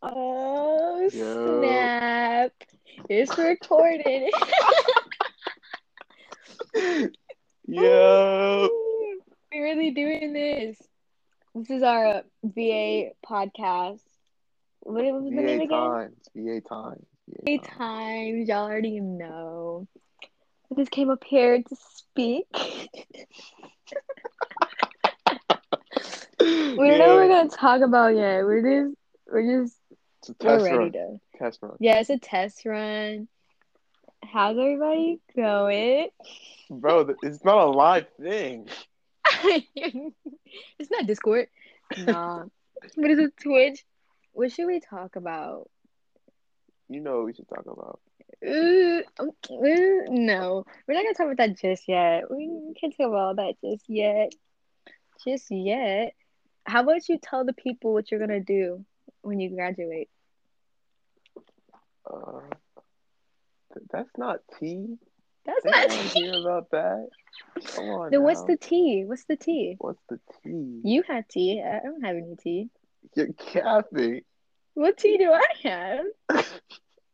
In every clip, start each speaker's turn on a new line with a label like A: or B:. A: Oh, It's recorded.
B: Yo.
A: We're really doing this. This is our VA podcast. What was the name
B: VA
A: again?
B: times. VA times.
A: VA
B: VA times.
A: times. Y'all already know. I just came up here to speak. We don't know what we're gonna talk about yet. We're just, we're just,
B: It's a
A: we're
B: test
A: ready
B: run.
A: to.
B: Test run.
A: Yeah, it's a test run. How's everybody going?
B: Bro, th- it's not a live thing.
A: it's not Discord. Nah. what is it, Twitch? What should we talk about?
B: You know what we should talk about.
A: Ooh, um, ooh, no, we're not gonna talk about that just yet. We can't talk about that just yet. Just yet. How about you tell the people what you're gonna do when you graduate?
B: Uh, th- that's not tea.
A: That's
B: They
A: not
B: don't want to hear about that. Come on.
A: Then what's
B: now.
A: the tea? What's the tea?
B: What's the tea?
A: You had tea. I don't have any tea.
B: You're capping.
A: What tea do I have?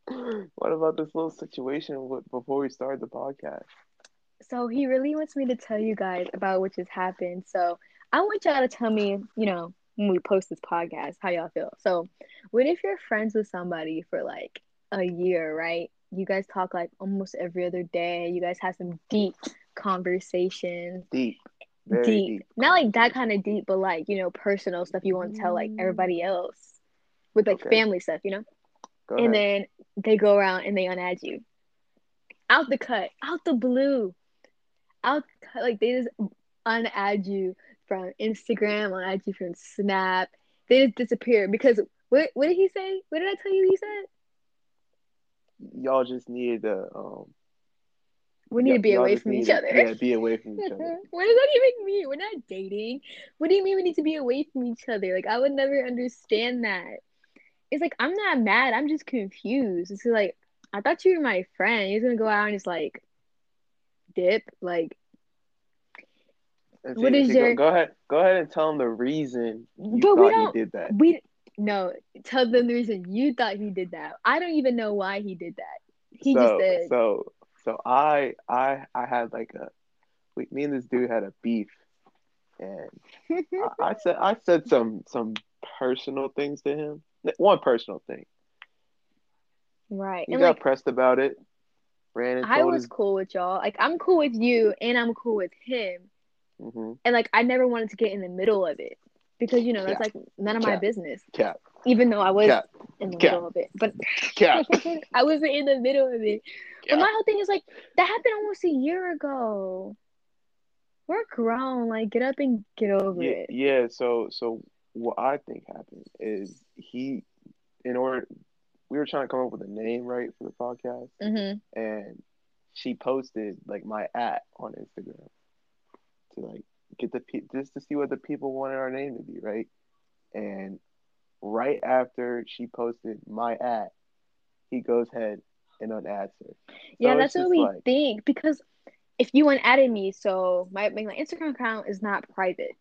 B: What about this little situation with, before we started the podcast?
A: So he really wants me to tell you guys about what just happened. So I want y'all to tell me, you know, when we post this podcast, how y'all feel. So what if you're friends with somebody for like a year, right? You guys talk like almost every other day. You guys have some deep conversations.
B: Deep. Very
A: deep.
B: deep.
A: Not like that kind of deep, but like, you know, personal stuff you want to tell like
B: Mm.
A: everybody else. With like
B: Okay.
A: family stuff, you know?
B: Go
A: and
B: ahead.
A: then they go around and they unadd you out the cut out the blue out the cut, like they just unadd you from instagram unadd you from snap they just disappear because what, what did he say what did i tell you he said
B: y'all just needed to um
A: we need
B: y'all-
A: to be
B: y'all
A: away
B: just
A: from each
B: needed-
A: other
B: Yeah, be away from each other.
A: what does that even mean we're not dating what do you mean we need to be away from each other like i would never understand that it's like i'm not mad i'm just confused it's like i thought you were my friend you're gonna go out and just like dip like
B: And
A: What
B: see-
A: is
B: see, go-
A: your-
B: go, ahead go ahead and tell them the reason you
A: But we
B: thought
A: don't-
B: you did that.
A: we no tell them the reason you thought he did that i don't even know why he did that he
B: so
A: just did
B: so so I I I had like a we, me and this dude had a beef and I, I said I said some some personal things to him. One personal thing.
A: right
B: He
A: and
B: got
A: like
B: pressed about it. Ran and
A: i
B: told
A: was
B: his
A: cool with y'all like i'm cool with you and i'm cool with him
B: mhm,
A: and like I never wanted to get in the middle of it because you know that's
B: Yeah.
A: like none of my
B: Yeah.
A: business.
B: cap
A: Even though I was
B: Yeah.
A: in the
B: Yeah.
A: middle of it, but
B: cap.
A: I wasn't in the middle of it.
B: Yeah.
A: But my whole thing is like that happened almost a year ago. We're grown, like get up and get over
B: yeah,
A: it.
B: yeah so so what i think happened is he in order we were trying to come up with a name right for the podcast
A: Mm-hmm.
B: and she posted like my at on instagram to like get the pe- just to see what the people wanted our name to be right and right after she posted my at he goes ahead and unadds her
A: Yeah,
B: it's
A: that's what
B: just
A: we
B: like-
A: think because if you unadded me, so my my Instagram account is not private.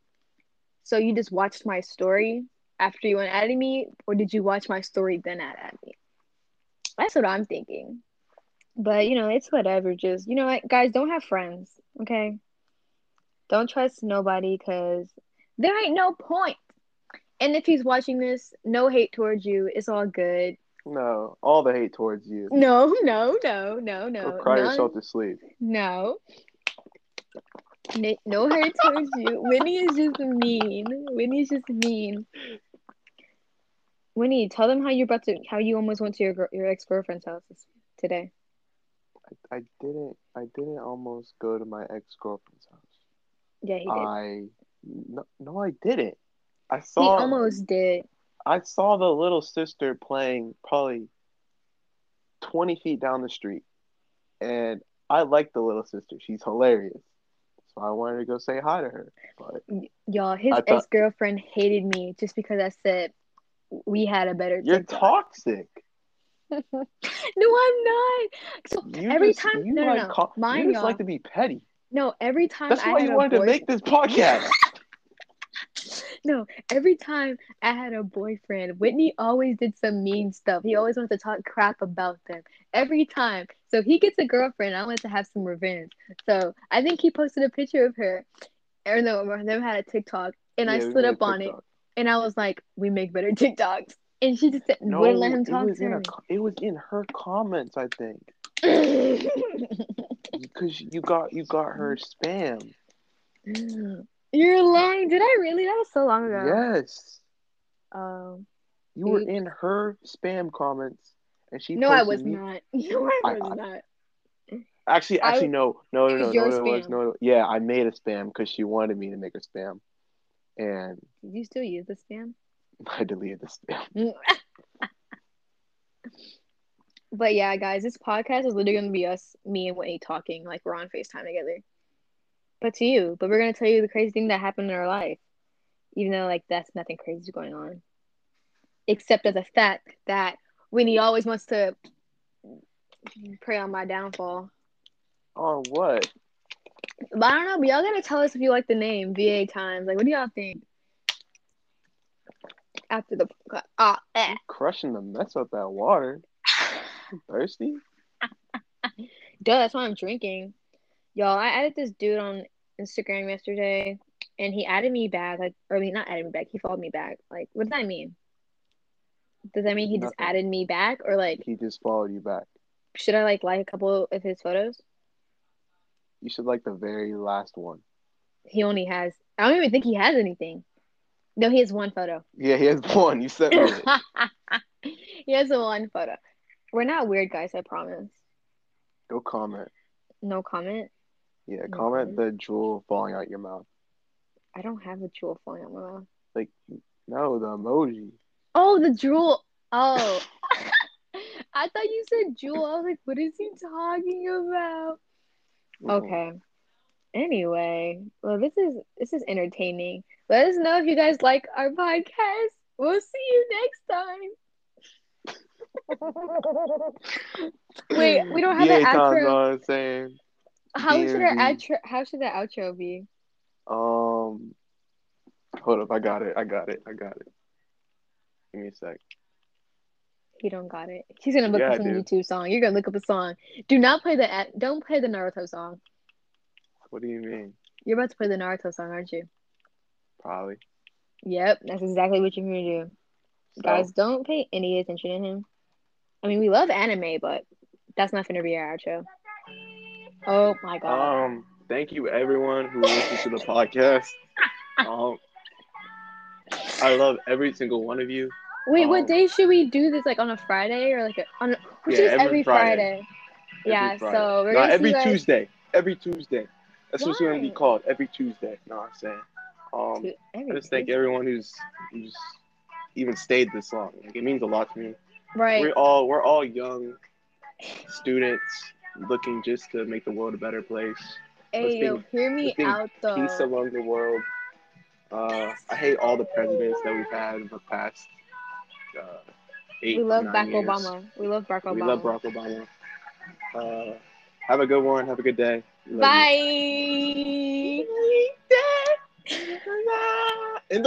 A: So you just watched my story after you unadded me, or did you watch my story then add at me? That's what I'm thinking. But you know, it's whatever. Just you know what, guys, don't have friends, okay? Don't trust nobody because there ain't no point. And if he's watching this, no hate towards you. It's all good.
B: no all the hate towards you
A: No, no, no, no, no.
B: Go cry
A: None-
B: yourself to sleep
A: no. N- No hurt towards you. Winnie is just mean. Winnie's just mean. Winnie, tell them how you're about to, how you almost went to your gir- your ex girlfriend's house this- today.
B: i didn't i didn't almost go to my ex-girlfriend's house
A: Yeah, he did.
B: I no, no, I didn't. I
A: he
B: saw
A: almost did.
B: I saw the little sister playing probably twenty feet down the street, and I like the little sister. She's hilarious, so I wanted to go say hi to her. But
A: Y- Y'all, his
B: I thought-
A: ex girlfriend hated me just because I said we had a better.
B: you're
A: TikTok.
B: toxic.
A: No, I'm not. So
B: You
A: every
B: just-
A: time,
B: you
A: no, no, no.
B: like co-
A: Mine,
B: you just
A: y'all.
B: like to be petty.
A: no, every time
B: That's
A: I
B: why
A: had
B: you
A: a
B: wanted to
A: boy-
B: make this podcast.
A: No, every time I had a boyfriend, Whitney always did some mean stuff. He always wanted to talk crap about them. every time. So he gets a girlfriend. I want to have some revenge. So I think he posted a picture of her, or no, them had a TikTok, and I
B: Yeah, we
A: slid
B: made
A: up on it,
B: TikTok.
A: and I was like, "We make better TikToks," and she just said,
B: No,
A: wouldn't let him
B: it
A: talk
B: was
A: to
B: in a
A: her.
B: co- it was in her comments, I think, because you got you got her spam.
A: You're lying. Did I really? That was so long ago.
B: Yes,
A: Um,
B: you were
A: Oops.
B: in her spam comments, and she.
A: no, I
B: posted
A: was
B: me-
A: not. No, I
B: I-
A: was
B: I-
A: not.
B: Actually,
A: I-
B: actually, no, no, no,
A: it was
B: no, no,
A: your
B: no, it was,
A: spam.
B: no, no. Yeah, I made a spam because she wanted me to make a spam, and
A: Did you still use the spam?
B: I deleted the spam.
A: But yeah, guys, this podcast is literally gonna be us, me and Whitney talking like we're on Facetime together. But to you, but we're gonna tell you the crazy thing that happened in our life, even though like that's nothing crazy going on, except as a fact that Whitney always wants to prey on my downfall.
B: On what?
A: But I don't know. But y'all gotta tell us if you like the name VA Times. Like, what do y'all think? After the ah, eh.
B: Crushing the mess out that water. You thirsty?
A: Duh, that's why I'm drinking. Y'all, I added this dude on Instagram yesterday and he added me back, like or I mean not added me back, he followed me back. Like, what does that mean? Does that mean he just
B: Nothing.
A: added me back? Or like
B: He just followed you back.
A: should I like like a couple of his photos?
B: You should like the very last one.
A: He only has I don't even think he has anything. No, he has one photo.
B: Yeah, he has one. You sent me. it.
A: he has one photo. We're not weird guys, I promise.
B: Go comment.
A: No comment.
B: Yeah,
A: Mhm.
B: comment the jewel falling out your mouth.
A: I don't have a jewel falling out my mouth.
B: Like, no, the emoji.
A: Oh, the jewel. Oh. I thought you said jewel. I was like, what is he talking about? Okay. Anyway, well, this is this is entertaining. Let us know if you guys like our podcast. We'll see you next time. Wait, we don't have
B: VA
A: an
B: times
A: outro.
B: all the same.
A: How should our
B: DMV.
A: outro? How should the outro be?
B: Um, hold up, I got it, I got it, I got it. Give me a sec.
A: He don't got it. He's gonna look
B: Yeah,
A: up
B: I
A: some
B: do.
A: YouTube song. You're gonna look up a song. Do not play the a- don't play the Naruto song.
B: What do you mean?
A: You're about to play the Naruto song, aren't you?
B: Probably.
A: Yep, that's exactly what you're gonna do. Guys, don't pay any attention to him. I mean, we love anime, but that's not gonna be our outro. Oh my
B: So,
A: god.
B: um, thank you everyone who listens to the podcast. Um, I love every single one of you.
A: Wait,
B: um,
A: what day should we do this? Like on a Friday or like a, on? A, which
B: Yeah,
A: is
B: every
A: every Friday.
B: Friday.
A: Yeah,
B: Every Friday.
A: so we're
B: Nah,
A: gonna see
B: every
A: you guys-
B: Tuesday. Every Tuesday. That's what it's gonna be
A: Why?
B: called. Every Tuesday. No, I'm saying. Um,
A: Every
B: I just thank
A: Tuesday.
B: everyone who's who's even stayed this long. Like it means a lot to me.
A: Right.
B: We're all we're all young students looking just to make the world a better place.
A: Hey, yo,
B: listening-
A: hear me
B: listening
A: out though.
B: Peace among the world. Uh, I hate all the presidents that we've had in the past uh, eight.
A: we love
B: nine
A: Barack
B: years.
A: Obama. We love Barack Obama.
B: We love Barack Obama. Uh, have a good one. Have a good day. Love you.
A: Bye.